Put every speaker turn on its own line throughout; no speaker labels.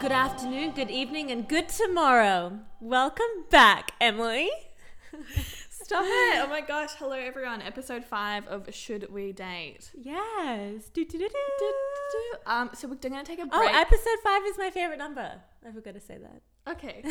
Good afternoon, good evening, and good tomorrow. Welcome back, Emily.
Stop it. Oh my gosh. Hello, everyone. Episode five of Should We Date?
Yes. Do, do, do, do.
Um, so we're going to take a break.
Oh, episode five is my favorite number. I forgot to say that.
okay.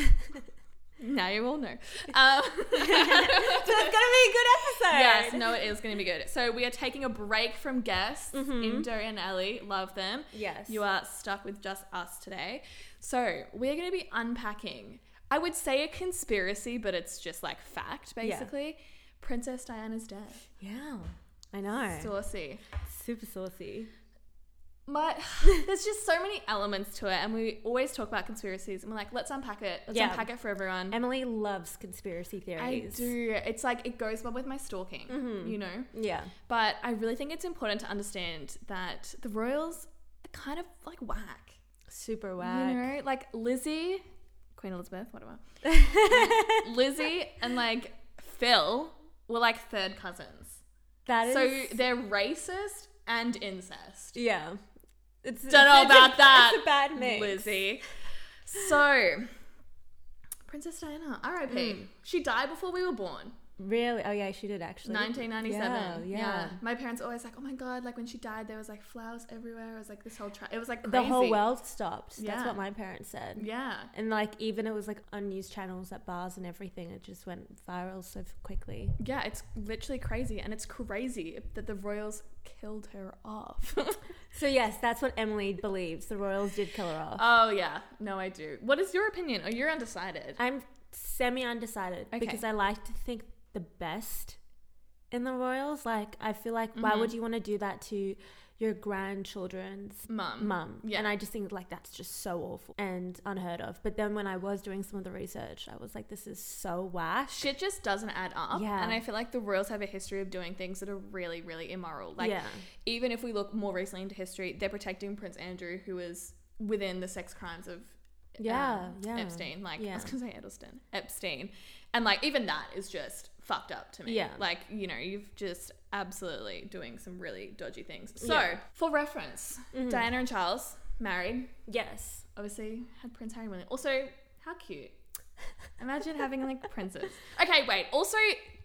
now you all know. Um,
so it's gonna be a good episode.
yes, no, it is going to be good. So we are taking a break from guests, Indo and Ellie. Love them.
Mm-hmm. Yes.
You are stuck with just us today. So we're going to be unpacking, I would say a conspiracy, but it's just like fact,
Yeah.
basically. Princess Diana's death.
Yeah. I know.
Saucy.
Super saucy.
my there's just so many elements to it and we always talk about conspiracies and we're like let's unpack it let's
Yeah.
unpack it for everyone
Emily loves conspiracy
i
theories. Mm-hmm.
do it's like it goes well with my stalking you know
Yeah.
but i really think it's important to understand that the royals are kind of like whack
Super
you
whack.
know like lizzie queen elizabeth whatever lizzie and like phil were like third cousins
That is.
so they're racist and incest
yeah. It's,
Don't know
it's a-
about that,
It's a bad mix.
Lizzie. So, Princess Diana, RIP.
Hmm.
She died before we were born,
Really? Oh yeah, she did actually.
1997.
Yeah.
Yeah,
yeah.
My parents were always like, oh my god, like when she died, there was like flowers everywhere. It was like this whole tra- It was like crazy.
The whole world stopped. That's
Yeah.
what my parents said.
Yeah.
And like even it was like on news channels at bars and everything. It just went viral so quickly.
Yeah, it's literally crazy. And it's crazy that the royals killed her off.
So yes, that's what Emily believes. The royals did kill her off.
oh, yeah. No, I do. What is your opinion? Oh, you're undecided.
I'm semi undecided
Okay.
because I like to think the best in the royals. Like I feel like
Mm-hmm.
why would you want to do that to your grandchildren's
Mum.
mum?
Mm-hmm. Yeah.
And I just think like that's just so awful and unheard of. But then when I was doing some of the research, I was like, this is so whack.
shit just doesn't add up.
Yeah.
And I feel like the royals have a history of doing things that are really, really immoral. Like,
Yeah.
even if we look more recently into history, they're protecting Prince Andrew, who is within the sex crimes of. um,
Yeah, yeah.
Epstein. Like, I
Yeah.
was going to say Edelston. Epstein. And, like, even that is just fucked up to me.
Yeah.
Like, you know, you've just absolutely doing some really dodgy things. So,
Yeah. Mm-hmm.
for reference, Diana and Charles, married,
Yes.
obviously had Prince Harry and William. Also, how cute. Imagine having like princes. Okay, wait. Also,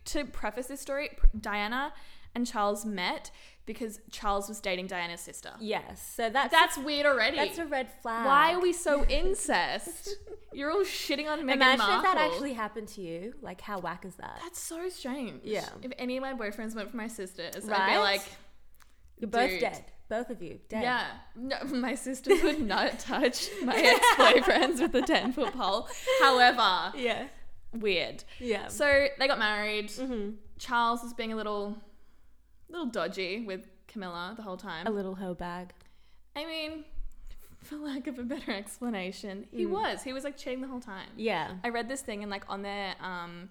to preface this story, Pr- Diana and Charles met because Charles was dating Diana's sister.
Yes. So that's
That's weird already.
that's a red flag.
Why are we so incest? You're all shitting on Meghan
Imagine
Markle.
if that actually happened to you. Like how whack is that?
That's so strange.
Yeah.
If any of my boyfriends went for my sisters, I'd
Right?
be like,
You're both
Dude.
dead. Both of you dead.
Yeah, no, my sisters would not touch my ex-boyfriends with a ten foot pole. However,
Yeah.
weird.
Yeah.
So they got married.
mm-hmm.
Charles was being a little, little dodgy with Camilla the whole time.
a little hoe bag.
I mean, for lack of a better explanation, he was. He was like cheating the whole time.
Hmm. Yeah.
I read this thing and like on their um,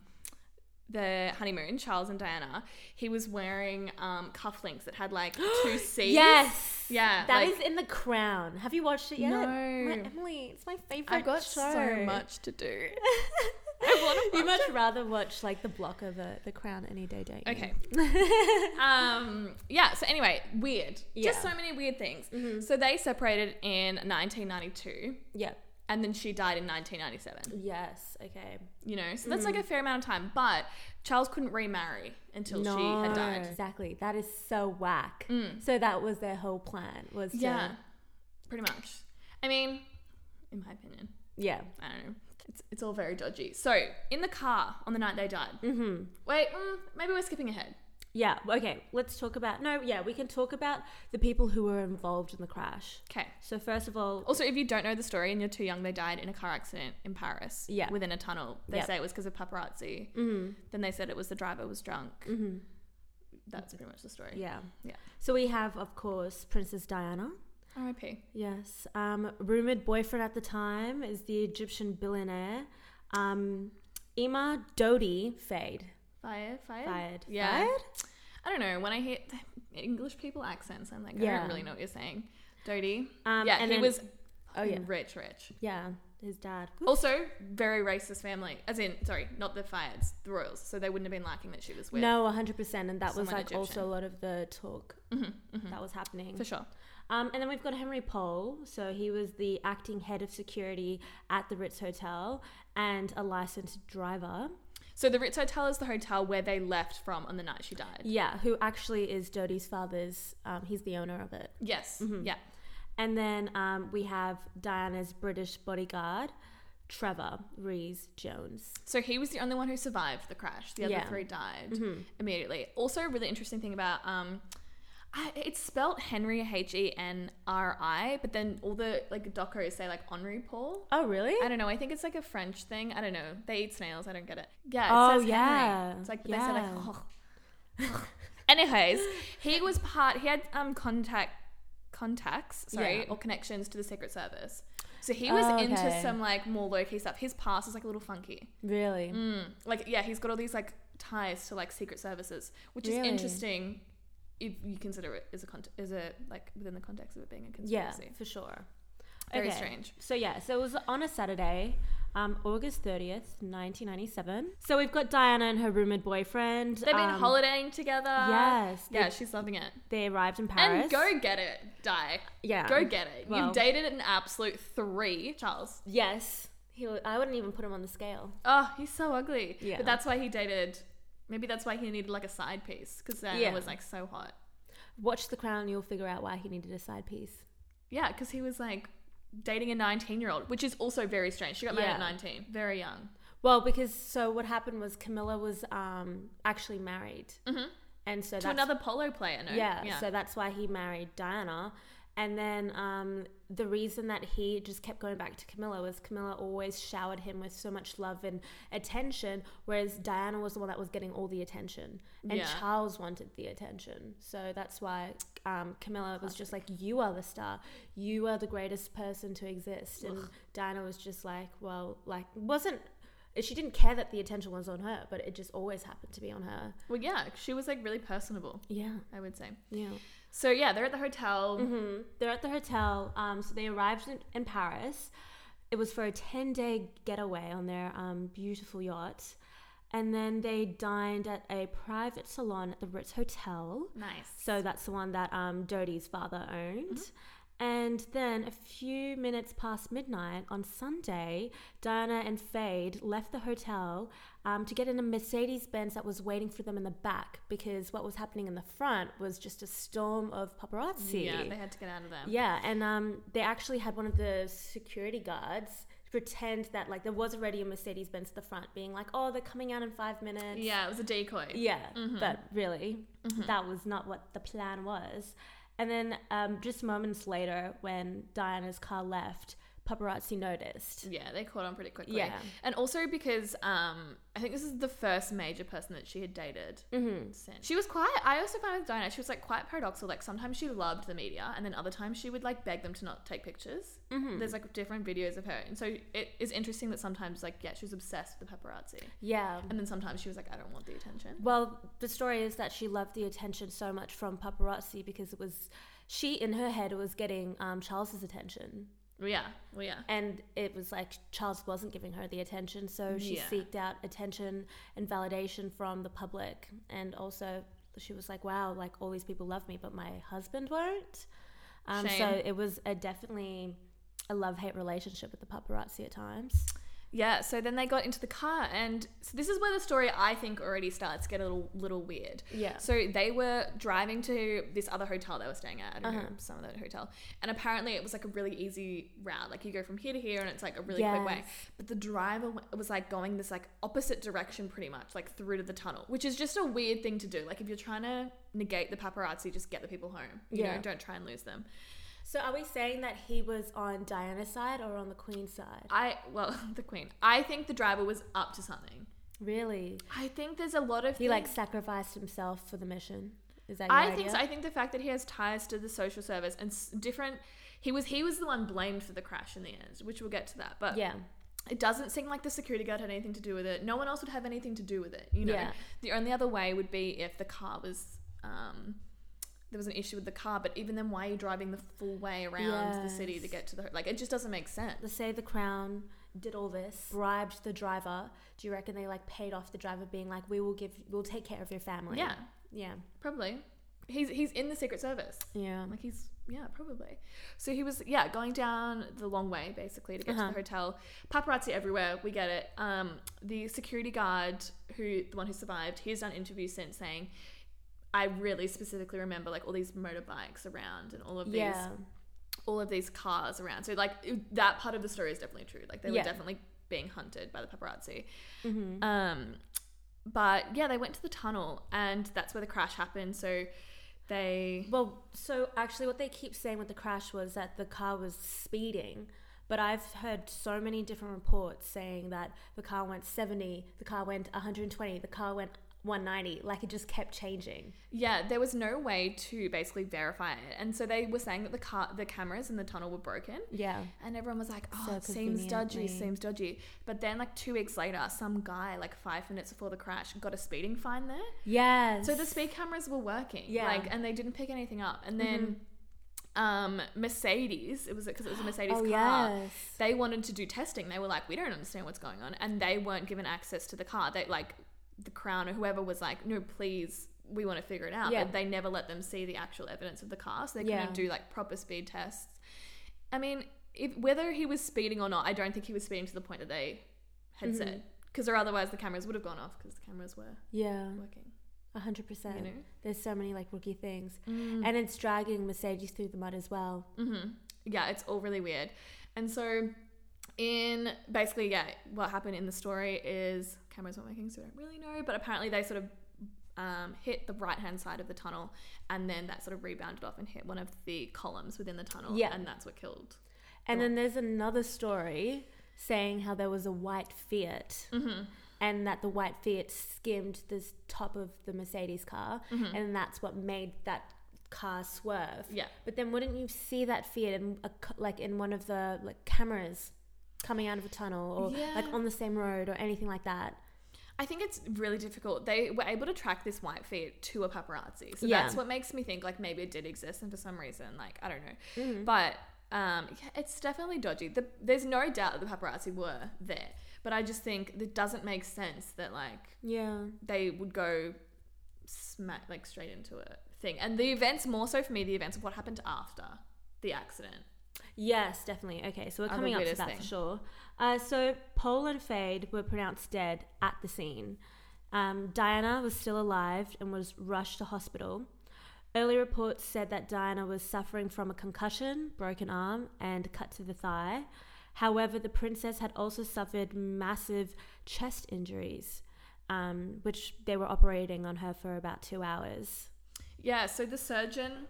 the honeymoon, Charles and Diana, he was wearing um cufflinks that had like two C's.
Yes.
Yeah,
That is
like-
in The Crown. Have you watched it yet?
No.
My- Emily, it's my favorite
I've got
show.
so much to do. I want to
You much rather watch like the block over The Crown any day, don't you?
Okay. um, yeah, so anyway, weird. Just
Yeah.
so many weird things. So they separated in 1992
Yep.
and then she died in 1997,
Yes. Okay.
you know? So that's like a fair amount of time, but Charles couldn't remarry until she had died. Mm.
Exactly. That is so whack. So that was their whole plan was to,
Yeah. Pretty much. I mean, in my opinion,
Yeah.
I don't know. It's, it's all very dodgy. So, in the car on the night they died. Mm-hmm. Wait, mm, maybe we're skipping ahead.
Yeah. Okay. Let's talk about No, yeah, we can talk about the people who were involved in the crash.
Okay.
So first of all,
Also, if you don't know the story and you're too young, they died in a car accident in Paris.
Yeah.
Within a tunnel. They
Yep.
say it was because of paparazzi.
mm-hmm,
Then they said it was the driver was drunk. That's pretty much the story.
yeah.
Yeah.
So we have of course Princess Diana.
R.I.P.
Yes. Um, rumored boyfriend at the time is the Egyptian billionaire, um, Ima Dodi Fade.
Fired. Fired.
Fired.
Yeah.
Fired?
I don't know. When I hear English people accents, I'm like, I
Yeah.
don't really know what you're saying. Dodie.
Um,
yeah.
and
he
then-
was. Oh,
Oh, yeah.
Rich, rich.
Yeah, his dad.
Also, very racist family. As in, sorry, not the Fires, the Royals. So they wouldn't have been liking that she was with.
No, 100%. And that was
someone
like also
Egyptian. Hmm.
a lot of the talk that was happening.
Mm-hmm, For sure.
Um, and then we've got Henry Pohl. So he was the acting head of security at the Ritz Hotel and a licensed driver.
So the Ritz Hotel is the hotel where they left from on the night she died.
Yeah, who actually is Dodie's father's, um, he's the owner of it.
Yes.
Mm-hmm.
Yeah.
And then um, we have Diana's British bodyguard, Trevor Rees Jones.
So he was the only one who survived the crash. The other
Yeah. Mm-hmm.
three died immediately. Also, a really interesting thing about um, I, it's spelled Henry H E N R I, but then all the like docos say like Henri Paul.
Oh, really?
I don't know. I think it's like a French thing. I don't know. They eat snails. I don't get it. Yeah. It
Oh,
says
yeah.
Henry. It's like but they say
Yeah.
like. Oh. Anyways, he was part. He had um contact contacts, sorry,
Yeah.
or connections to the Secret Service. So he was
Oh,
into
okay.
some like more low key stuff. His past is like a little funky.
Really?
Mm. Like yeah, he's got all these like ties to like secret services, which is
Really?
interesting if you consider it as a con- as a like within the context of it being a
Yeah,
conspiracy.
for sure.
Very
Okay.
strange.
So yeah, so it was on a Saturday, um, August thirtieth, nineteen ninety seven. So we've got Diana and her rumored boyfriend.
They've been
um,
holidaying together.
yes, they-
Yeah, she's loving it.
They arrived in Paris.
And go get it, die.
yeah,
Go get it.
Well-
You've dated an absolute three, Charles.
Yes, he. wa- I wouldn't even put him on the scale.
Oh, he's so ugly.
Yeah.
But that's why he dated. Maybe that's why he needed like a side piece because Diana
Yeah.
was like so hot.
Watch The Crown, you'll figure out why he needed a side piece.
Yeah, because he was like dating a 19 year old, which is also very strange. She got married
Yeah.
at 19, very young.
Well, because so what happened was Camilla was um actually married,
Mhm.
and so
to
that's
another polo player. No?
Yeah, so that's why he married Diana. And then um, the reason that he just kept going back to Camilla was Camilla always showered him with so much love and attention, whereas Diana was the one that was getting all the attention. And
Yeah.
Charles wanted the attention. So that's why um, Camilla was just like, You are the star. You are the greatest person to exist. And Diana was just like, Well, like, wasn't. She didn't care that the attention was on her, but it just always happened to be on her.
well, yeah, she was like really personable.
Yeah,
I would say.
yeah.
So yeah, they're at the hotel.
hmm They're at the hotel. Um, so they arrived in, in Paris. It was for a 10 day getaway on their um, beautiful yacht. And then they dined at a private salon at the Ritz Hotel.
Nice.
So that's the one that um, Dodie's father owned.
Mm-hmm.
And then a few minutes past midnight on Sunday, Diana and Fade left the hotel um, to get in a Mercedes Benz that was waiting for them in the back because what was happening in the front was just a storm of paparazzi.
yeah, they had to get out of there.
Yeah, and um, they actually had one of the security guards pretend that like there was already a Mercedes Benz at the front, being like, "Oh, they're coming out in five minutes."
Yeah, Mm-hmm. it was a decoy.
Yeah, but really, that was not what the plan was. And then um, just moments later, when Diana's car left, paparazzi noticed.
Yeah, they caught on pretty quickly.
Yeah.
And also because um, I think this is the first major person that she had dated
Mhm.
since. She was quite, I also found with Diana, she was like quite paradoxical. Like sometimes she loved the media and then other times she would like beg them to not take pictures.
Mm-hmm. Hmm.
There's like different videos of her. And so it is interesting that sometimes like, yeah, she was obsessed with the paparazzi.
Yeah.
And then sometimes she was like, I don't want the attention.
Well, the story is that she loved the attention so much from paparazzi because it was she in her head was getting um, Charles's attention.
Well, yeah. Well, yeah.
and it was like Charles wasn't giving her the attention, so she
Yeah.
seeked out attention and validation from the public, and also she was like, "Wow, like all these people love me, but my husband won't." Um, so
Shame.
it was a definitely a love hate relationship with the paparazzi at times.
Yeah, so then they got into the car, and so this is where the story I think already starts to get a little, little weird.
Yeah.
So they were driving to this other hotel they were staying at. I don't know some other hotel, and apparently it was like a really easy route. Like you go from here to here, and it's like a really quick way.
Yes.
But the driver w- was like going this like opposite direction, pretty much like through to the tunnel, which is just a weird thing to do. Like if you're trying to negate the paparazzi, just get the people home. You
Yeah.
know, don't try and lose them.
So are we saying that he was on Diana's side or on the Queen's side?
I well, the queen. I think the driver was up to something.
Really,
I think there's a lot of
he like
things-
sacrificed himself for the mission. Is that your
I think
idea?
so. I think the fact that he has ties to the social service and s- different, he was he was the one blamed for the crash in the end, which we'll get to that. But
yeah,
it doesn't seem like the security guard had anything to do with it. No one else would have anything to do with it. You know,
Yeah.
the only other way would be if the car was. Um, there was an issue with the car, but even then, why are you driving the full way around the city to
Yes.
get to the like? It just doesn't make sense.
Let's say the crown did all this, bribed the driver. Do you reckon they like paid off the driver, being like, "We will give, we'll take care of your family."
Yeah,
yeah,
probably. He's he's in the Secret Service.
yeah.
Like he's Yeah, probably. So he was, yeah, going down the long way basically to get to
Uh-huh.
the hotel. Paparazzi everywhere. We get it. Um, the security guard, who the one who survived, he's done interviews since saying, "I really specifically remember like all these motorbikes around and all of these,
Yeah.
all of these cars around." So like it- that part of the story is definitely true. Like they
Yeah.
were definitely being hunted by the paparazzi.
hmm
Um, but yeah, they went to the tunnel, and that's where the crash happened. So they
Well, so actually, what they keep saying with the crash was that the car was speeding, but I've heard so many different reports saying that the car went 70, the car went 120, the car went 190. Like it just kept changing.
Yeah, there was no way to basically verify it, and so they were saying that the car, the cameras in the tunnel were broken,
Yeah.
and everyone was like, "Oh,
So
it seems dodgy,
conveniently.
seems dodgy." But then, like two weeks later, some guy, like five minutes before the crash, got a speeding fine there.
Yes.
So the speed cameras were working,
Yeah. Mm-hmm.
like, and they didn't pick anything up. And then, um, Mercedes, it was because it was a Mercedes
Oh,
car.
yes.
They wanted to do testing. They were like, "We don't understand what's going on," and they weren't given access to the car. They like the crown or whoever was like, "No, please." We want to figure it out,
Yeah.
but they never let them see the actual evidence of the car, so they
Yeah.
couldn't do like proper speed tests. I mean, if whether he was speeding or not, I don't think he was speeding to the point that they had
Mhm.
said, because or otherwise the cameras would have gone off because the cameras were
Yeah,
working.
100%.
You know,
There's so many like rookie things.
Mm.
And it's dragging Mercedes through the mud as well.
hmm Yeah, it's all really weird. And so, in basically, yeah, what happened in the story is cameras weren't working, so we don't really know. But apparently, they sort of um, hit the right hand side of the tunnel, and then that sort of rebounded off and hit one of the columns within the tunnel.
Yeah.
and that's what killed.
And
Go
then there's another story saying how there was a white Fiat
Mm-hmm.
and that the white Fiat skimmed the s- top of the Mercedes car, and that's what made that car swerve.
Mm-hmm. Yeah.
But then, wouldn't you see that Fiat in a, c- like in one of the like cameras coming out of a tunnel or like
Yeah.
on the same road or anything like that?
I think it's really difficult. They were able to track this white Fiat to a paparazzi, so
Yeah.
that's what makes me think like maybe it did exist, and for some reason, like I don't know,
Mhm.
but um, yeah, it's definitely dodgy. The, there's no doubt that the paparazzi were there, but I just think it doesn't make sense that like
Yeah.
they would go smack like straight into a thing, and the events more so for me, the events of what happened after the accident.
Yes, definitely. Okay, so we're
Are the
coming up to
weirdest
that for
thing.
sure. Uh, so Paul and Fade were pronounced dead at the scene. Um, Diana was still alive and was rushed to hospital. Early reports said that Diana was suffering from a concussion, broken arm, and cut to the thigh. However, the princess had also suffered massive chest injuries, um, which they were operating on her for about two hours.
Yeah, so the surgeon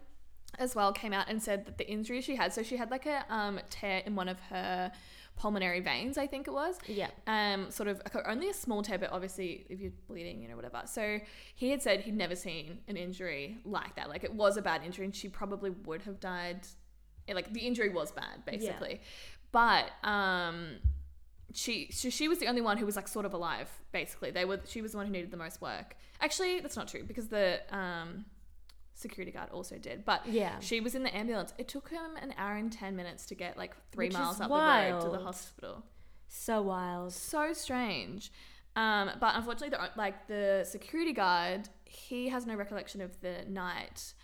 as well came out and said that the injury she had, so she had like a um, tear in one of her pulmonary veins, I think it was.
Yeah.
Um, sort of only a small tear, but obviously if you're bleeding, you know, whatever. So he had said he'd never seen an injury like that. Like it was a bad injury, and she probably would have died. Yeah, Like the injury was bad, basically. But um, she so she was the only one who was like sort of alive. Basically, they were. She was the one who needed the most work. Actually, that's not true because the um, security guard also did. But
Yeah.
she was in the ambulance. It took him an hour and ten minutes to get like three
Which is
miles up the road to
wild.
the hospital.
So wild.
So strange. Um, but unfortunately, the, like the security guard, he has no recollection of the night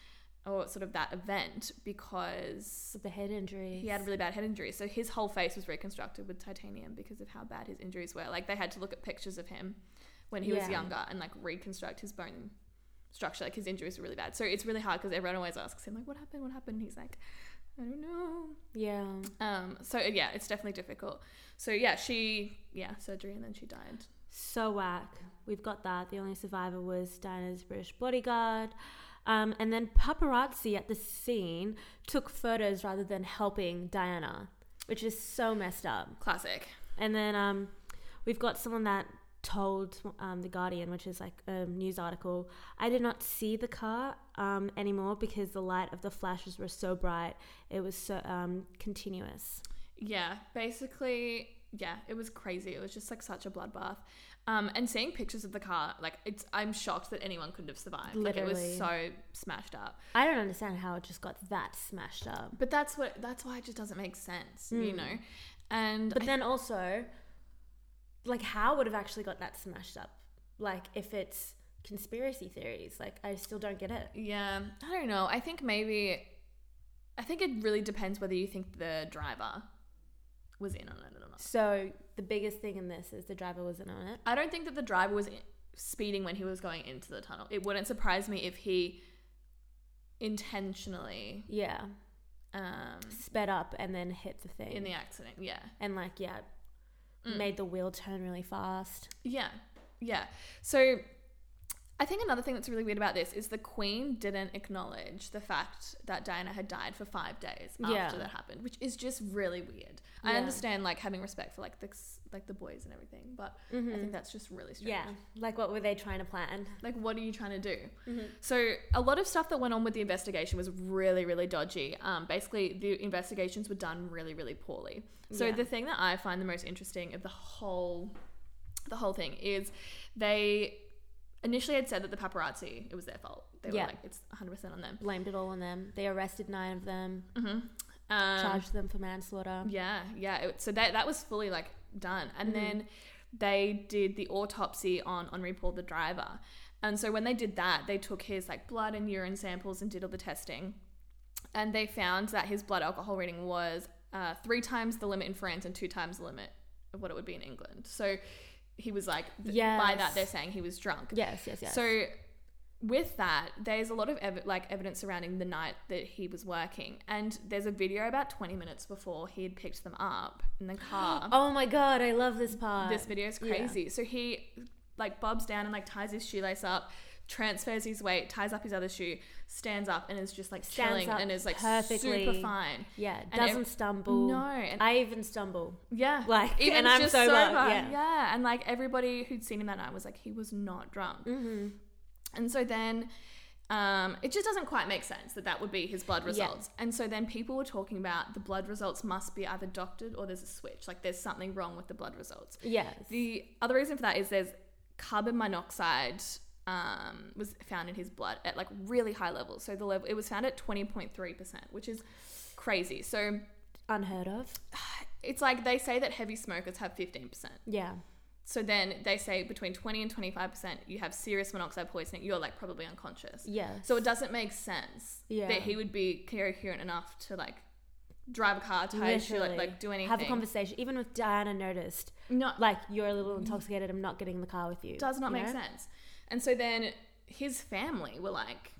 or sort of that event because
With the head injuries.
he had a really bad head injury. So his whole face was reconstructed with titanium because of how bad his injuries were. Like they had to look at pictures of him when he was
Yeah.
younger and like reconstruct his bone structure. Like his injuries were really bad. So it's really hard because everyone always asks him like, "What happened? What happened?" He's like, "I don't know."
Yeah.
Um, so yeah, it's definitely difficult. So yeah, she yeah surgery and then she died.
So whack. We've got that. The only survivor was Diana's British bodyguard. Um, and then paparazzi at the scene took photos rather than helping Diana, which is so messed up.
Classic.
And then um, we've got someone that told um, The Guardian, which is like a news article, I did not see the car um, anymore because the light of the flashes were so bright. It was so um, continuous.
Yeah, basically, yeah, it was crazy. It was just like such a bloodbath. Um, and seeing pictures of the car, like it's, I'm shocked that anyone couldn't have survived. Like it was so
Literally.
smashed up.
I don't understand how it just got that smashed up.
But that's what, that's why it just doesn't make sense, you
Mm.
know. And
But
I-
then also, like, how would have actually got that smashed up? Like, if it's conspiracy theories, like, I still don't get it.
yeah, I don't know. I think maybe I think it really depends whether you think the driver was in on it or not.
So the biggest thing in this is the driver wasn't on it.
I don't think that the driver was i- speeding when he was going into the tunnel. It wouldn't surprise me if he intentionally
Yeah,
um
sped up and then hit the thing
in the accident. Yeah.
and like yeah,
Mm.
made the wheel turn really fast.
Yeah. Yeah. So I think another thing that's really weird about this is the Queen didn't acknowledge the fact that Diana had died for five days after
Yeah.
that happened, which is just really weird. I
Yeah.
understand like having respect for like the s- like the boys and everything, but I think that's just really strange.
Mm. Yeah, like what were they trying to plan?
Like, what are you trying to do? So, a lot of stuff that went on with the investigation was really, really dodgy. Um, basically, the investigations were done really, really poorly. So,
Yeah.
the thing that I find the most interesting of the whole, the whole thing is, they initially had said that the paparazzi it was their fault. They were
Yeah.
like, it's 100 percent on them.
Blamed it all on them. They arrested nine of them,
hmm Um,
charged them for manslaughter.
Yeah, yeah. It, so that that was fully like done, and then they did the autopsy on Henri Paul the driver, and so when they did that, they took his like blood and urine samples and did all the testing, and they found that his blood alcohol reading was uh, three times the limit in France and two times the limit of what it would be in England. So he was like, th- by that
Yes.
they're saying he was drunk.
Yes, yes, yes.
So with that, there's a lot of ev- like evidence surrounding the night that he was working, and there's a video about 20 minutes before he had picked them up in the car.
oh my god, I love this part.
this video is
yeah.
crazy. So he like bobs down and like ties his shoelace up, transfers his weight, ties up his other shoe, stands up and is just like
Stands
chilling
up
and is like
perfectly. Oh
super fine.
Yeah,
And ev-
doesn't stumble.
No, and-
I even stumble.
Yeah.
Like,
Even
and I'm
just
sober,
Yeah.
yeah.
And like everybody who'd seen him that night was like, he was not drunk.
Mm-hmm.
And so then um, it just doesn't quite make sense that that would be his blood
Yeah.
results. And so then people were talking about the blood results must be either doctored or there's a switch. Like there's something wrong with the blood results.
Yes.
The other reason for that is there's carbon monoxide um, was found in his blood at like really high levels. So the level it was found at 20.3%, which is crazy. So
Unheard of.
it's like they say that heavy smokers have 15%.
Yeah.
So then they say between 20 and 25% you have serious monoxide poisoning, you're like probably unconscious.
Yes.
So it doesn't make sense
Yeah.
that he would be coherent enough to like drive a car, tie his shoe, like,
Literally.
like do anything.
Have a conversation. Even if Diana noticed,
No,
like you're a little intoxicated, I'm not getting in the car with you.
Mm-hmm. does not
you
make
know?
sense. And so then his family were like,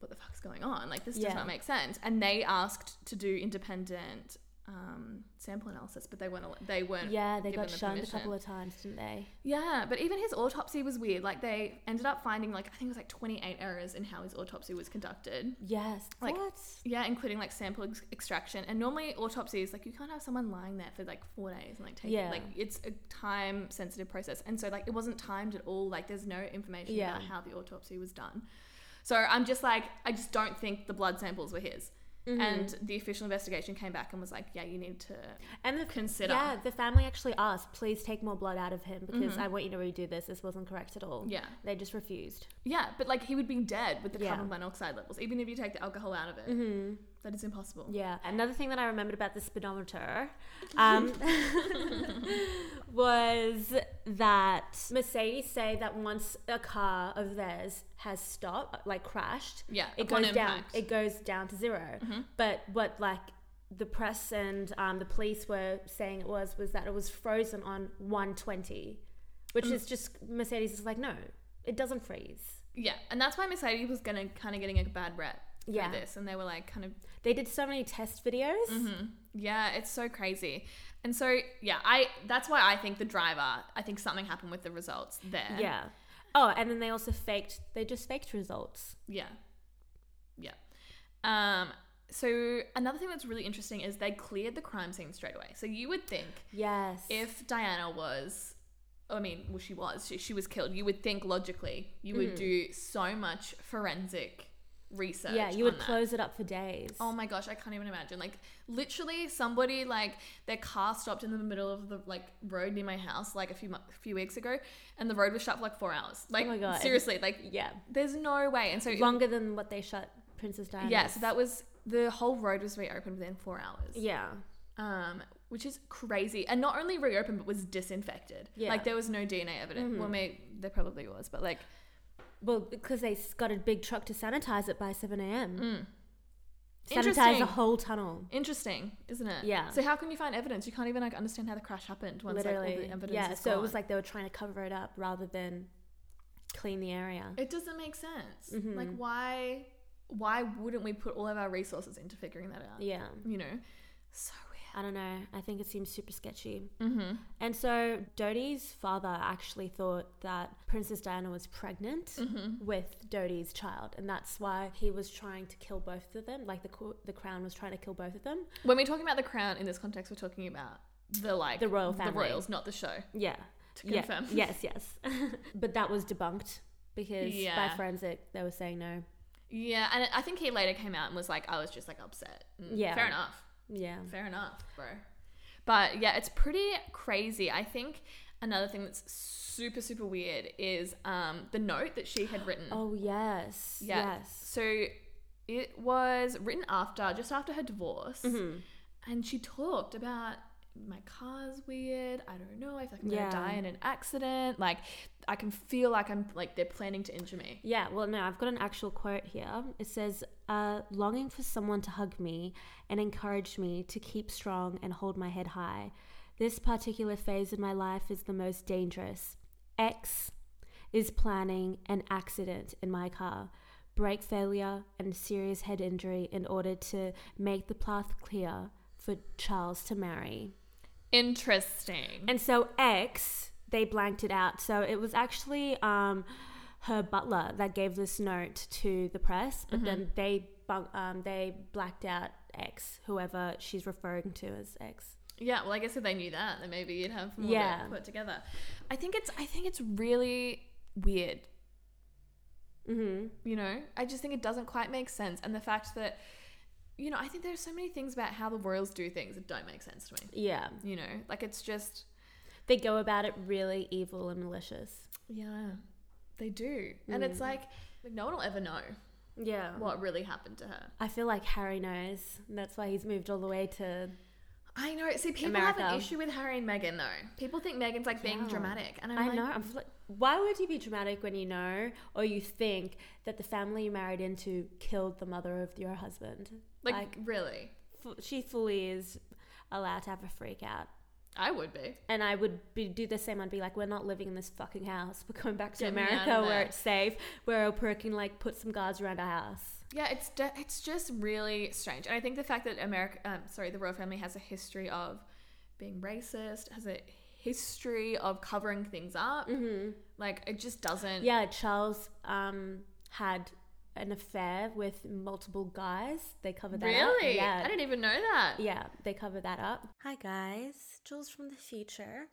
"What the fuck's going on? Like this does
Yeah.
not make sense." And they asked to do independent um, sample analysis, but they weren't. al- They weren't.
Yeah, they
given
got
the
shunned a
permission.
couple of times, didn't they?
Yeah, but even his autopsy was weird. Like they ended up finding like I think it was like 28 errors in how his autopsy was conducted.
Yes.
Like-
what?
Yeah, including like sample ex- extraction. And normally autopsies, like you can't have someone lying there for like four days and like take
Yeah.
like it's a time sensitive process. And so like it wasn't timed at all. Like there's no information
Yeah.
about how the autopsy was done. So I'm just like I just don't think the blood samples were his.
Mm-hmm.
And the official investigation came back and was like, yeah, you need to.
And the
consider.
Yeah, the family actually asked, please take more blood out of him because I want you to redo this. This wasn't correct at all.
Mm-hmm. Yeah.
They just refused.
Yeah, but like he would be dead with the
Yeah.
carbon monoxide levels, even if you take the alcohol out of it. That is impossible.
Yeah. Another thing that I remembered about the speedometer um, was that Mercedes say that once a car of theirs has stopped, like crashed,
Yeah,
it
upon
goes down.
impact.
It goes down to 0 But what like the press and um, the police were saying it was was that it was frozen on 120, which is just Mercedes is like no, it doesn't freeze.
Yeah, and that's why Mercedes was gonna kind of getting a bad rep for
Yeah.
this, and they were like kind of
They did so many test videos.
Yeah, it's so crazy. And so yeah, I that's why I think the driver, I think something happened with the results there.
Yeah. Oh, and then they also faked. They just faked results.
Yeah. Yeah. Um so another thing that's really interesting is they cleared the crime scene straight away. So you would think
Yes.
if Diana was I mean, well she was, she, she was killed, you would think logically you would do so much forensic research.
Mm-hmm. yeah, you would
on that.
close it up for days.
Oh my gosh, I can't even imagine. Like literally, somebody like their car stopped in the middle of the like road near my house like a few mo- few weeks ago, and the road was shut for like four hours. Like
Oh my God.
seriously, like
yeah,
there's no way. And so it-
longer than what they shut Princess Diana.
yeah, so that was the whole road was reopened within four hours.
yeah,
Um, which is crazy, and not only reopened but was disinfected.
Yeah. Mm-hmm.
like there was no DNA evidence. Well, maybe there probably was, but like Mm.
well, because they s- got a big truck to sanitize it by seven a.m. sanitize the whole tunnel.
Interesting, isn't it?
Yeah.
So how can you find evidence? You can't even like understand how the crash happened once like all
Literally,
the evidence
yeah.
is
So it was
gone.
like they were trying to cover it up rather than clean the area.
it doesn't make sense.
Mhm.
Like why why wouldn't we put all of our resources into figuring that out?
Yeah,
You know. So
I don't know. I think it seems super sketchy.
weird. Mhm.
And so Dodie's father actually thought that Princess Diana was pregnant
Mhm.
with Dodie's child, and that's why he was trying to kill both of them. Like the co- the crown was trying to kill both of them.
When we're talking about the crown in this context, we're talking about the like
The royal
the
family.
royals, not the show.
Yeah,
To
Yeah.
confirm.
yes, yes. but that was debunked because
Yeah.
by forensic they were saying no.
Yeah, and I think he later came out and was like, I was just like upset. Mm,
Yeah.
Fair enough.
Yeah,
Fair enough, bro. But yeah, it's pretty crazy. I think another thing that's super, super weird is um, the note that she had written.
Oh yes,
Mm. Yeah.
yes.
So it was written after, just after her divorce.
Mhm.
And she talked about my car's weird. I don't know. I feel like I'm
Yeah.
going to die in an accident. Like, I can feel like I'm, like, they're planning to injure me.
Yeah, well, no, I've got an actual quote here. It says, uh, longing for someone to hug me and encourage me to keep strong and hold my head high. This particular phase of my life is the most dangerous. X is planning an accident in my car, brake failure, and serious head injury in order to make the path clear for Charles to marry.
Interesting.
And so X, they blanked it out. So it was actually um, her butler that gave this note to the press, but then they bunk, um, they blacked out X, whoever she's referring to as X.
Yeah, well, I guess if they knew that, then maybe you'd have more yeah.
Yeah.
put together. I think it's I think it's really weird,
hmm
you know. I just think it doesn't quite make sense, and the fact that, you know, I think there's so many things about how the royals do things that don't make sense to me.
Yeah,
You know, like it's just
they go about it really evil and malicious.
yeah, they do, and it's like, like no one will ever know
Yeah.
what really happened to her.
I feel like Harry knows. That's why he's moved all the way to.
I know. See, people have
America.
an issue with Harry and Meghan though. People think Meghan's like being
Yeah.
dramatic, and I'm
I
like,
know. I'm fl- why would you be dramatic when you know or you think that the family you married into killed the mother of your husband?
like really,
fu- she fully is allowed to have a freak out.
I would be.
And I would be, do the same. I'd be like, we're not living in this fucking house. We're going back to
Get me out of
America where
there."
it's safe, where we can like put some guards around our house.
Yeah, it's de- it's just really strange, and I think the fact that America, um, sorry, the royal family has a history of being racist, has a history of covering things up.
Mm-hmm.
Like it just doesn't.
Yeah, Charles um, had an affair with multiple guys. They covered that. up.
really,
Yeah.
I didn't even know that.
Yeah, they cover that up. Hi guys, Jules from the future.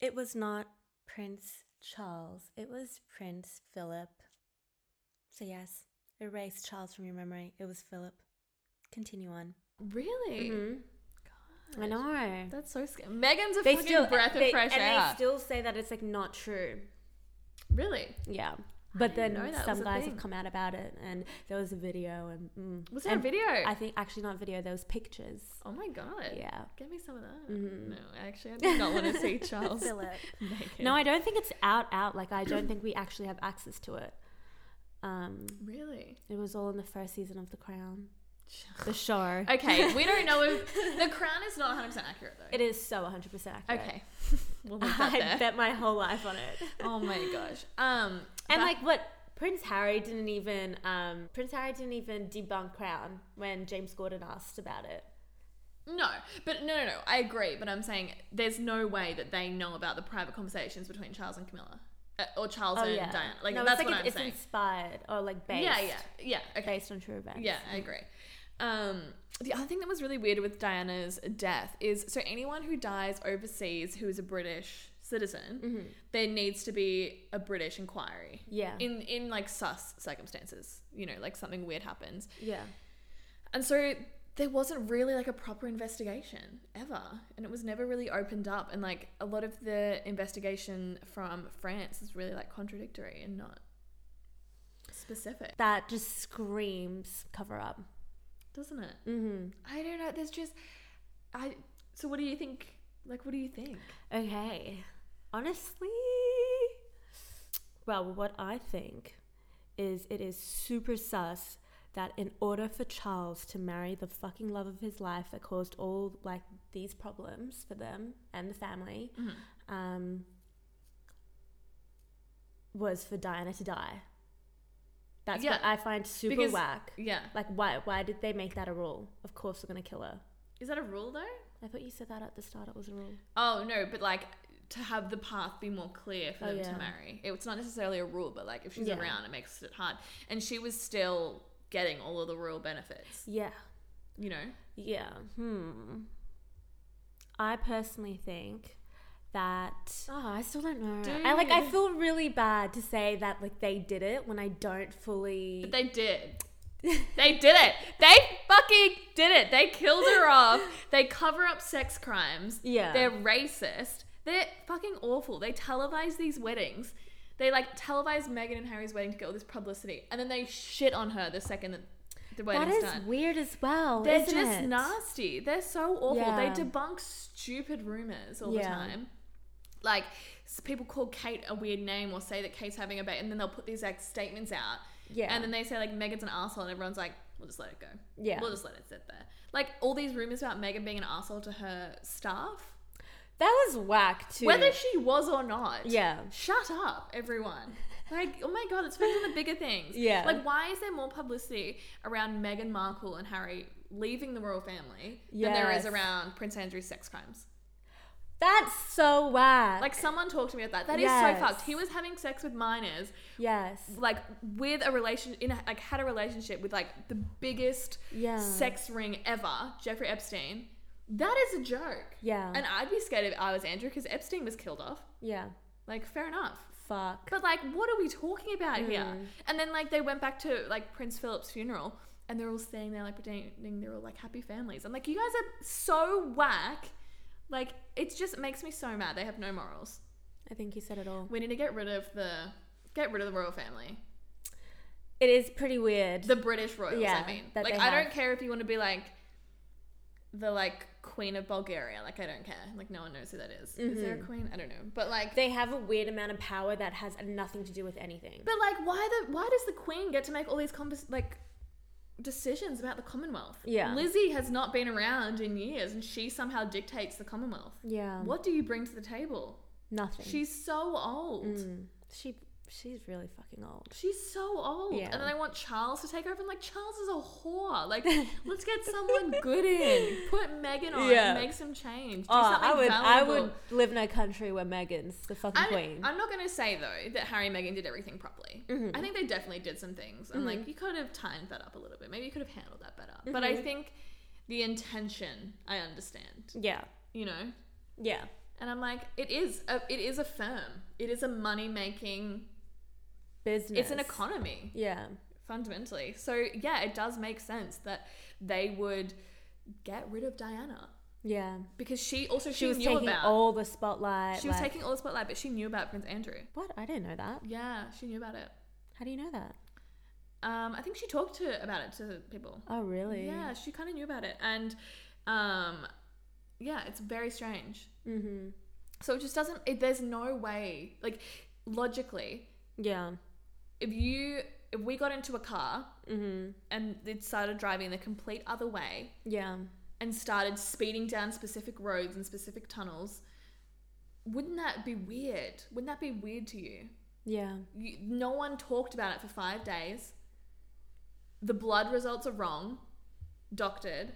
It was not Prince Charles, it was Prince Philip. So, yes, erase Charles from your memory. It was Philip. Continue on.
Really,
Mm-hmm. I know.
that's so scary. Megan's a
They
fucking
still
breath
they-
of fresh
and
air.
they still say that it's like not true.
really,
Yeah. But then
didn't know that was
some
a
guys
thing.
have come out about it, and there was a video, and mm.
was there
And
a video?
I think actually not video, there was pictures.
oh my god,
Yeah, Mm-hmm.
Give me some of that. No, actually, I do not want to see Charles.
Philip.
Meghan.
No, I don't think it's out out. Like I don't think we actually have access to it. Um,
really.
it was all in the first season of The Crown, the show.
Okay, we don't know if the crown is not 100% accurate though.
It is so 100 percent accurate.
Okay. we'll leave that
I
there.
bet my whole life on it.
Oh my gosh. Um
And
but-
like what Prince Harry didn't even um, Prince Harry didn't even debunk Crown when James Gordon asked about it.
no, but no, no, no. I agree, but I'm saying there's no way that they know about the private conversations between Charles and Camilla uh, or Charles and Diana. Like
Oh, No,
that's
it's
what
it-
I'm
it's
saying.
inspired or like based.
Yeah, yeah, yeah. Okay.
Based on true events.
Yeah, I agree. Um, the other thing that was really weird with Diana's death is so anyone who dies overseas who is a British citizen,
Mm-hmm.
there needs to be a British inquiry.
Yeah.
In in like sus circumstances, you know, like something weird happens.
yeah.
And so there wasn't really like a proper investigation ever. And it was never really opened up. And like a lot of the investigation from France is really like contradictory and not specific,
That just screams cover up.
doesn't it?
Mm-hmm.
I don't know. There's just, I. So what do you think? Like, what do you think?
Okay. Honestly, well, what I think is it is super sus that in order for Charles to marry the fucking love of his life that caused all like these problems for them and the family,
Mhm.
um, was for Diana to die. That's
Yeah.
what I find super
Because-
whack.
Yeah.
Like, why? Why did they make that a rule? Of course, we're gonna kill her.
Is that a rule though?
I thought you said that at the start. It was a rule.
Oh no, but like to have the path be more clear for
Oh,
them
yeah.
to marry. It's not necessarily a rule, but like if she's
Yeah.
around, it makes it hard. And she was still getting all of the royal benefits,
Yeah.
you know.
Yeah. Hmm. I personally think that oh, I still don't know. I like I
Dude.
feel really bad to say that like they did it when I don't fully
But they did. they did it. They fucking did it. They killed her off. They cover up sex crimes.
Yeah.
They're racist. They're fucking awful. They televise these weddings. They like televise Meghan and Harry's wedding to get all this publicity, and then they shit on her the second that the
That
wedding's
is
done.
weird as well.
They're
isn't
just
it?
nasty. They're so awful.
Yeah.
They debunk stupid rumors all the
Yeah.
time. Like s- people call Kate a weird name or say that Kate's having a baby, and then they'll put these like statements out,
Yeah.
and then they say like Megan's an asshole, and everyone's like, "We'll just let it go.
Yeah.
we'll just let it sit there." Like all these rumors about Megan being an asshole to her staff,
that was whack too.
whether she was or not.
yeah.
Shut up, everyone. Like, oh my god, let's focus on the bigger things.
Yeah.
Like, why is there more publicity around Meghan Markle and Harry leaving the royal family than there
Yes.
is around Prince Andrew's sex crimes?
That's so whack.
Like, someone talked to me about that. That is
Yes.
so fucked. He was having sex with minors,
yes.
like, with a relation, in a, like, had a relationship with, like, the biggest
Yeah.
sex ring ever, Jeffrey Epstein. That is a joke.
Yeah.
And I'd be scared if I was Andrew because Epstein was killed off.
yeah.
Like, fair enough.
Fuck.
But like, what are we talking about here?
Mm.
And then like they went back to like Prince Philip's funeral, and they're all staying there like pretending they're all like happy families. I'm like, you guys are so whack. Like it just makes me so mad. They have no morals.
I think you said it all.
We need to get rid of the get rid of the royal family,
It is pretty weird.
the British royals.
Yeah,
I mean,
that
like
they
I
have.
don't care if you want to be like the like Queen of Bulgaria. Like I don't care. Like no one knows who that is. Is there a queen? I don't know. But like.
they have a weird amount of power that has nothing to do with anything.
But like, why the why does the queen get to make all these compos- like decisions about the Commonwealth?
Yeah.
Lizzie has not been around in years, and she somehow dictates the Commonwealth.
yeah.
What do you bring to the table?
Nothing.
She's so old.
Mm. She she's really fucking old.
She's so old.
Yeah.
And then I want Charles to take over. I'm like, Charles is a whore. Like, let's get someone good in. Put Megan on.
Yeah.
and Make some change. Do
Oh,
something
I would
valuable.
I would live in a country where Megan's the fucking
I'm,
queen. Mm-hmm.
I'm not going to say though that Harry and Meghan did everything properly. I think they definitely did some things. and like, you could have timed that up a little bit. Maybe you could have handled that better. But
Mm-hmm.
I think the intention, I understand.
yeah.
You know,
Yeah.
and I'm like, it is a it is a firm. It is a money making.
Business.
It's an economy
Yeah.
fundamentally. So yeah, it does make sense that they would get rid of Diana
Yeah.
because she also
She,
she,
was
knew
taking
about
all the spotlight.
she was
like-
taking all the spotlight, but she knew about Prince Andrew.
What? I didn't know that.
Yeah, she knew about it.
How do you know that?
Um, I think she talked to about it to people.
Oh really?
Yeah, she kind of knew about it, and um, yeah, it's very strange.
Mm-hmm.
So it just doesn't. It, there's no way, like logically,
Yeah.
if you if we got into a car
Mm-hmm.
and it started driving the complete other way
Yeah.
and started speeding down specific roads and specific tunnels, wouldn't that be weird? Wouldn't that be weird to you?
Yeah.
you, no one talked about it for five days. The blood results are wrong, doctored.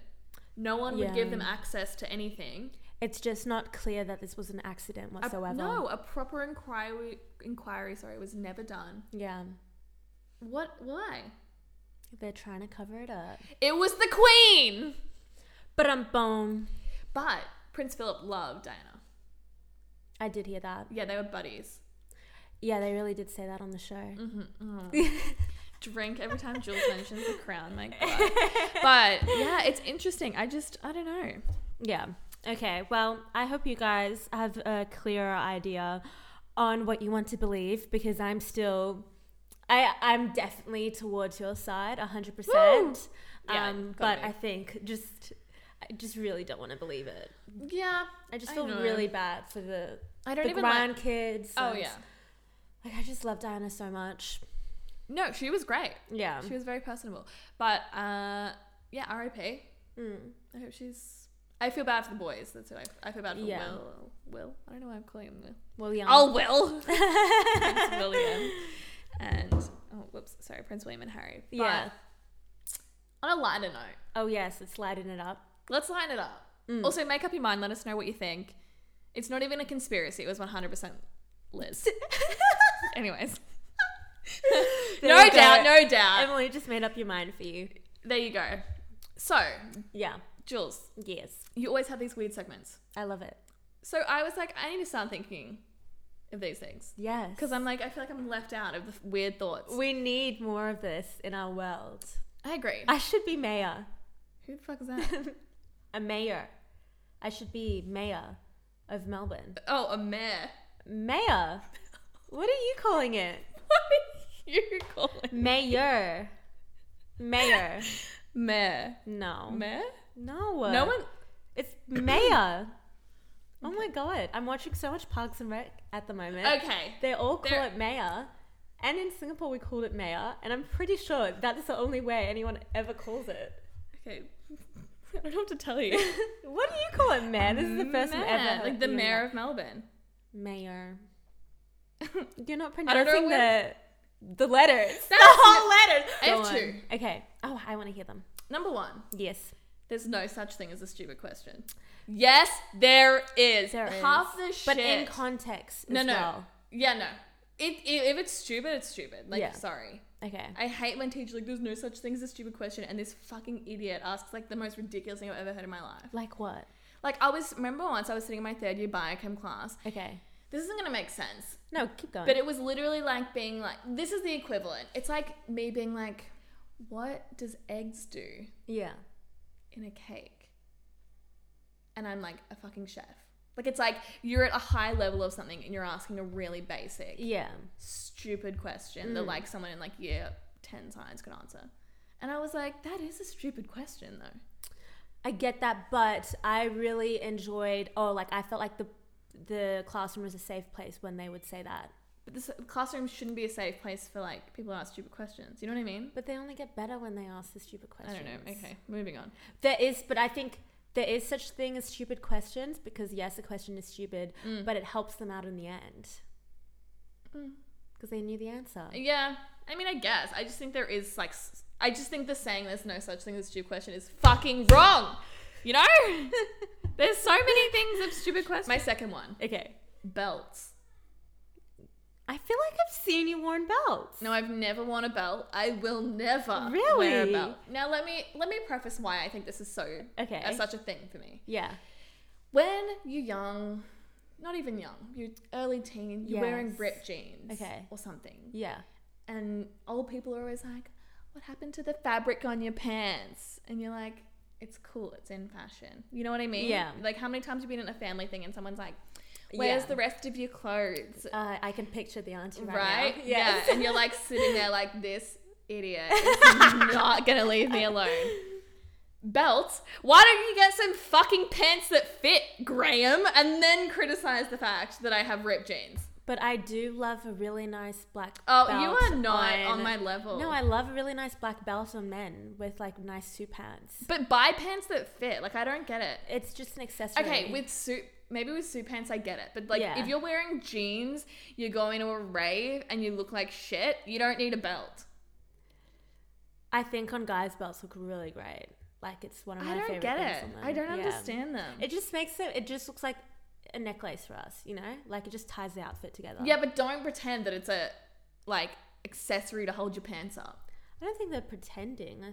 No one would give
Yeah.
them access to anything.
It's just not clear that this was an accident
A-
whatsoever.
no, a proper inquiry inquiry sorry was never done.
Yeah.
What? Why?
They're trying to cover it up.
It was the queen.
But I'm bone.
But Prince Philip loved Diana.
I did hear that.
Yeah, they were buddies.
Yeah, they really did say that on the show.
Mm-hmm. Drink every time Jules mentions the crown. My God. But yeah, it's interesting. I just I don't know.
Yeah. Okay. Well, I hope you guys have a clearer idea on what you want to believe because I'm still I I'm definitely towards your side 100%.
Yeah,
um
gotta
but
be.
I think just I just really don't want to believe it.
Yeah,
I just
I
feel
know.
really bad for the
I don't
the
even
grandkids.
like. Oh
and-
yeah.
Like I just love Diana so much.
No, she was great.
Yeah.
She was very personable. But uh, yeah, RIP. I
Mm.
hope she's. I feel bad for the boys. That's who I, I feel bad for.
Yeah.
Will. Will. I don't know why I'm calling him Will.
William.
Oh, Will. Prince William. And oh, whoops, sorry, Prince William and Harry. But
Yeah.
On a lighter note,
Oh yes, it's lighting it up. Mm.
let's line it up. Also, make up your mind. Let us know what you think. It's not even a conspiracy. It was 100% Liz. Anyways.
There
no
you go. Uh,
doubt, no doubt.
Emily just made up your mind for you.
There you go. So,
Yeah.
Jules,
Yes.
you always have these weird segments.
I love it.
So I was like, I need to start thinking of these things.
Yes.
Because I'm like, I feel like I'm left out of the f- weird thoughts.
we need more of this in our world.
I agree.
I should be mayor.
Who the fuck is that?
A mayor. I should be mayor of Melbourne.
oh, a mare.
Mayor. What are you calling it?
What are you calling
Mayor. Mayor.
mare?
No.
Mare?
no.
No one.
It's mayor. oh my god. I'm watching so much Parks and Rec at the moment.
Okay.
They all call
They're-
it mayor. And in Singapore, we called it mayor. And I'm pretty sure that's the only way anyone ever calls it.
Okay. I don't have to tell you.
What do you call it, mayor? This is the first time
Mare,
ever.
Like the
hearing
mayor
that.
of Melbourne.
Mayor. You're not
know
pronouncing the,
where-
the letters.
That's
the whole letters.
I have
Go on.
two.
Okay. Oh, I want to hear them.
Number one.
Yes.
There's no such thing as a stupid question. Yes, there is.
There is.
Half the shit.
But in context as
no, no.
well.
Yeah, no. It, i if it's stupid, it's stupid. Like,
Yeah.
sorry.
Okay.
I hate when teachers are like, there's no such thing as a stupid question, and this fucking idiot asks like the most ridiculous thing I've ever heard in my life.
Like what?
Like, I was remember once I was sitting in my third year biochem class.
Okay.
This isn't gonna make sense,
No, keep going.
but it was literally like being like, this is the equivalent. It's like me being like, what does eggs do
yeah.
in a cake? And I'm like a fucking chef. Like it's like you're at a high level of something and you're asking a really basic
Yeah.
stupid question that like someone in like year 10 science could answer. And I was like, that is a stupid question though.
I get that, but I really enjoyed. Oh, like I felt like the the classroom was a safe place when they would say that.
But this classroom shouldn't be a safe place for like people who ask stupid questions. You know what I mean?
But they only get better when they ask the stupid
I
questions.
don't know. Okay, moving on.
There is, but I think there is such thing as stupid questions because yes, a question is stupid,
Mm.
but it helps them out in the end because they knew the answer.
Yeah, I mean, I guess. I just think there is like, s- I just think the saying there's no such thing as a stupid question is fucking wrong. You know? there's so many things of stupid questions. My second one
Okay.
belts.
I feel like I've seen you worn belts.
No, I've never worn a belt. I will never
Really?
wear a belt. Now let me let me preface why I think this is so
Okay.
uh, such a thing for me.
Yeah.
When you're young, not even young, you're early teen, you're wearing
Yes.
ripped jeans
Okay.
or something.
Yeah.
And old people are always like, What happened to the fabric on your pants? And you're like, It's cool, it's in fashion. You know what I mean?
Yeah.
Like how many times have you been in a family thing and someone's like, Where's
Yeah.
the rest of your clothes?
Uh, I can picture the auntie right,
right?
now.
Yeah.
Yes.
And you're like sitting there like this idiot is not gonna leave me alone. Belt. Why don't you get some fucking pants that fit, Graham, and then criticize the fact that I have ripped jeans?
But I do love a really nice black.
Oh,
belt
you are not on, my level.
No, I love a really nice black belt on men with like nice suit pants.
But buy pants that fit. Like I don't get it.
It's just an accessory.
Okay, with suit. Maybe with suit pants, I get it. But like,
Yeah.
if you're wearing jeans, you're going to a rave and you look like shit. You don't need a belt.
I think on guys belts look really great. Like it's one of my
I don't
favorite
get
things
it.
on them.
I don't
Yeah.
understand them.
It just makes it. It just looks like a necklace for us, you know. Like it just ties the outfit together.
Yeah, but don't pretend that it's a like accessory to hold your pants up.
I don't think they're pretending.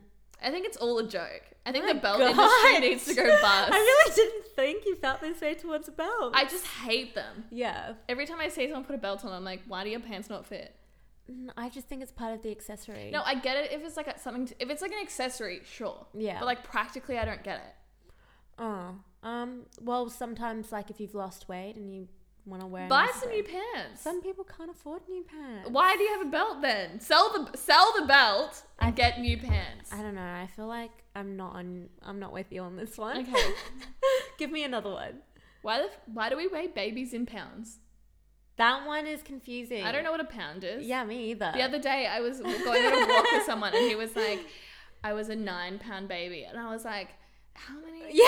I think it's all a joke. I think the belt
God.
industry needs to go
I
bust. I,
really didn't think you felt this way towards a belt.
just hate them.
yeah,
Every time I see someone put a belt on, I'm like, why do your pants not fit?
Mm, I just think it's part of the accessory.
No, I get it if it's like a- something. To, if it's like an accessory, sure.
Yeah.
But like practically, I don't get it.
Oh, um. Well, sometimes like if you've lost weight and you want to wear. a
Buy
nice
some
bra-
new pants.
Some people can't afford new pants.
why do you have a belt then? Sell the sell the belt and get new pants.
I don't know. I feel like I'm not on. I'm not with you on this one.
Okay.
Give me another one.
why the f- why do we weigh babies in pounds?
That one is confusing.
I don't know what a pound is.
Yeah, me either.
The other day I was going on a walk with someone and he was like, I was a nine pound baby. And I was like, how many?
yeah.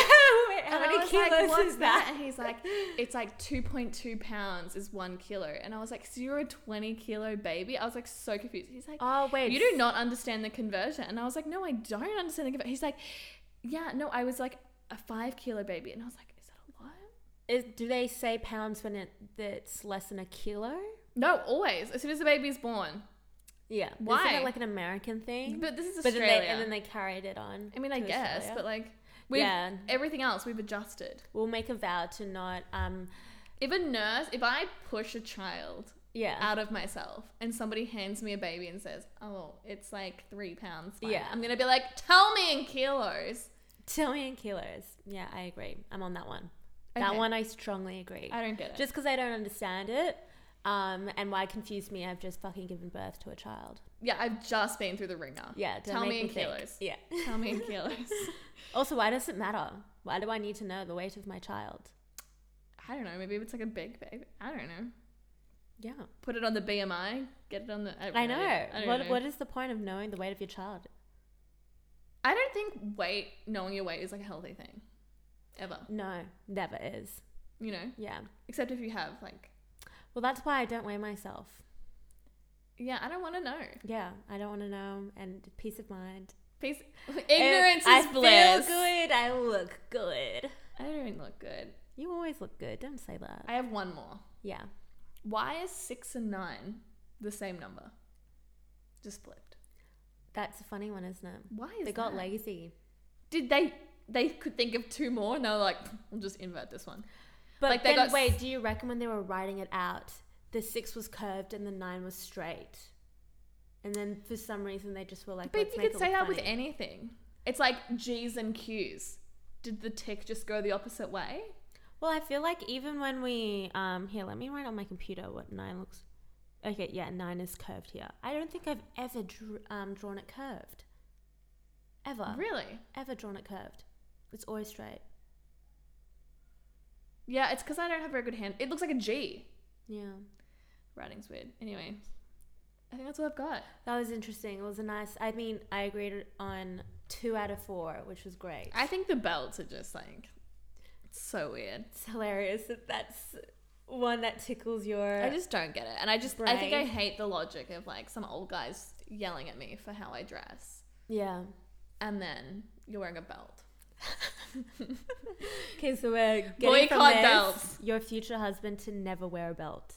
Wait, how
And I
many
was
kilos
like, "What's
is that?
And he's like, it's like 2.2 pounds is one kilo. And I was like, so you're a 20 kilo baby? I was like, so confused. He's like,
Oh wait.
you do not understand the conversion. And I was like, no, I don't understand the conversion. He's like, yeah, no, I was like a five kilo baby. And I was like, is that a lot?
Is, do they say pounds when it that's less than a kilo?
No, always. As soon as the baby is born.
Yeah. Isn't
Why?
it like an American thing?
But this is
Mm-hmm. But then
Australia.
they and then they carried it on.
I mean, I
to
guess,
Australia.
but like, we've,
yeah,
everything else we've adjusted.
we'll make a vow to not. Um,
If a nurse, if I push a child
yeah,
out of myself and somebody hands me a baby and says, "Oh, it's like three pounds," fine,"
Yeah.
I'm gonna be like, "Tell me in kilos."
tell me in kilos. Yeah, I agree. I'm on that one. That
Okay.
one I strongly agree.
I don't get it.
Just because I don't understand it, um, and why it confused me, I've just fucking given birth to a child.
yeah, I've just been through the ringer.
Yeah, don't
tell
make
me in
think.
kilos.
Yeah.
Tell me in kilos.
Also, why does it matter? Why do I need to know the weight of my child?
I don't know. Maybe if it's like a big baby. I don't know.
Yeah,
Put it on the BMI. Get it on the. I,
I know.
don't
what
know.
What is the point of knowing the weight of your child?
I don't think weight, knowing your weight, is like a healthy thing, ever.
No, never is.
You know,
Yeah.
except if you have like,
Well, that's why I don't weigh myself.
yeah, I don't want to know.
Yeah, I don't want to know, and peace of mind.
Peace. Ignorance
I
is bliss.
feel good. I look good.
I don't look good.
You always look good. Don't say that.
I have one more.
yeah.
Why is six and nine the same number? Just flipped.
That's a funny one, isn't it?
Why is
they got
that?
lazy.
Did they? They could think of two more, and they were like, "Hmm, "We'll just invert this one."
But
Like, they
then,
got s-
wait, do you reckon when they were writing it out, the six was curved and the nine was straight? And then for some reason they just were like,
But
Let's
you
make
could
it
say
look
that with
funny."
anything. It's like G's and Q's. Did the tick just go the opposite way?
Well, I feel like even when we, um, here, let me write on my computer what nine looks. Okay, yeah, nine is curved here. I don't think I've ever drew, um, drawn it curved. Ever.
Really?
Ever drawn it curved. It's always straight.
Yeah, it's because I don't have very good hand. It looks like a G.
Yeah.
Writing's weird. Anyway, I think that's all I've got.
That was interesting. It was a nice, I mean, I agreed on two out of four, which was great.
I think the belts are just like so weird.
It's hilarious that that's one that tickles your.
I just don't get it. And I just, I think I
Brave.
hate the logic of like some old guys yelling at me for how I dress.
yeah.
And then you're wearing a belt.
Okay, so we're getting from
Boycott
this,
belts.
Your future husband to never wear a belt.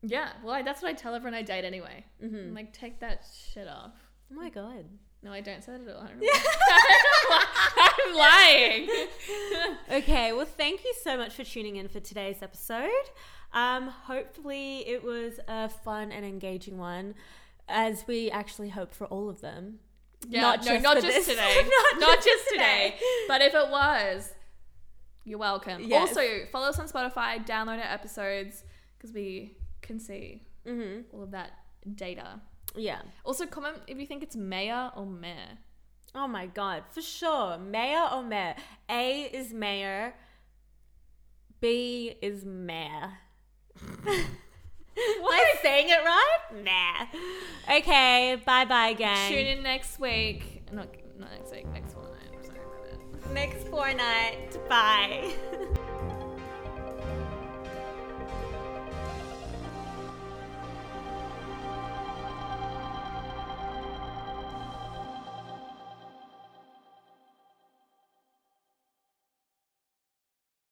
Yeah. Well, I, that's what I tell everyone I date anyway.
Mm-hmm.
I'm like, take that shit off.
oh my god.
No, I don't say that at all. I don't know. I'm lying.
Okay, well, thank you so much for tuning in for today's episode. Um, hopefully, it was a fun and engaging one, as we actually hope for all of them.
Yeah,
Not
no,
just
not
for
just
this.
today.
Not
not,
just
just, today. But if it was, you're welcome.
Yes.
Also, follow us on Spotify, download our episodes because we can see
Mm-hmm.
all of that data.
Yeah.
Also, comment if you think it's mayor or mayor.
Oh my god, for sure. Mayor or mayor? A is mayor. B is mayor. Am I saying it right? Nah. Okay, bye bye, gang.
Tune in next week. Not, not next week, next one. I'm sorry about that.
next four night. Bye.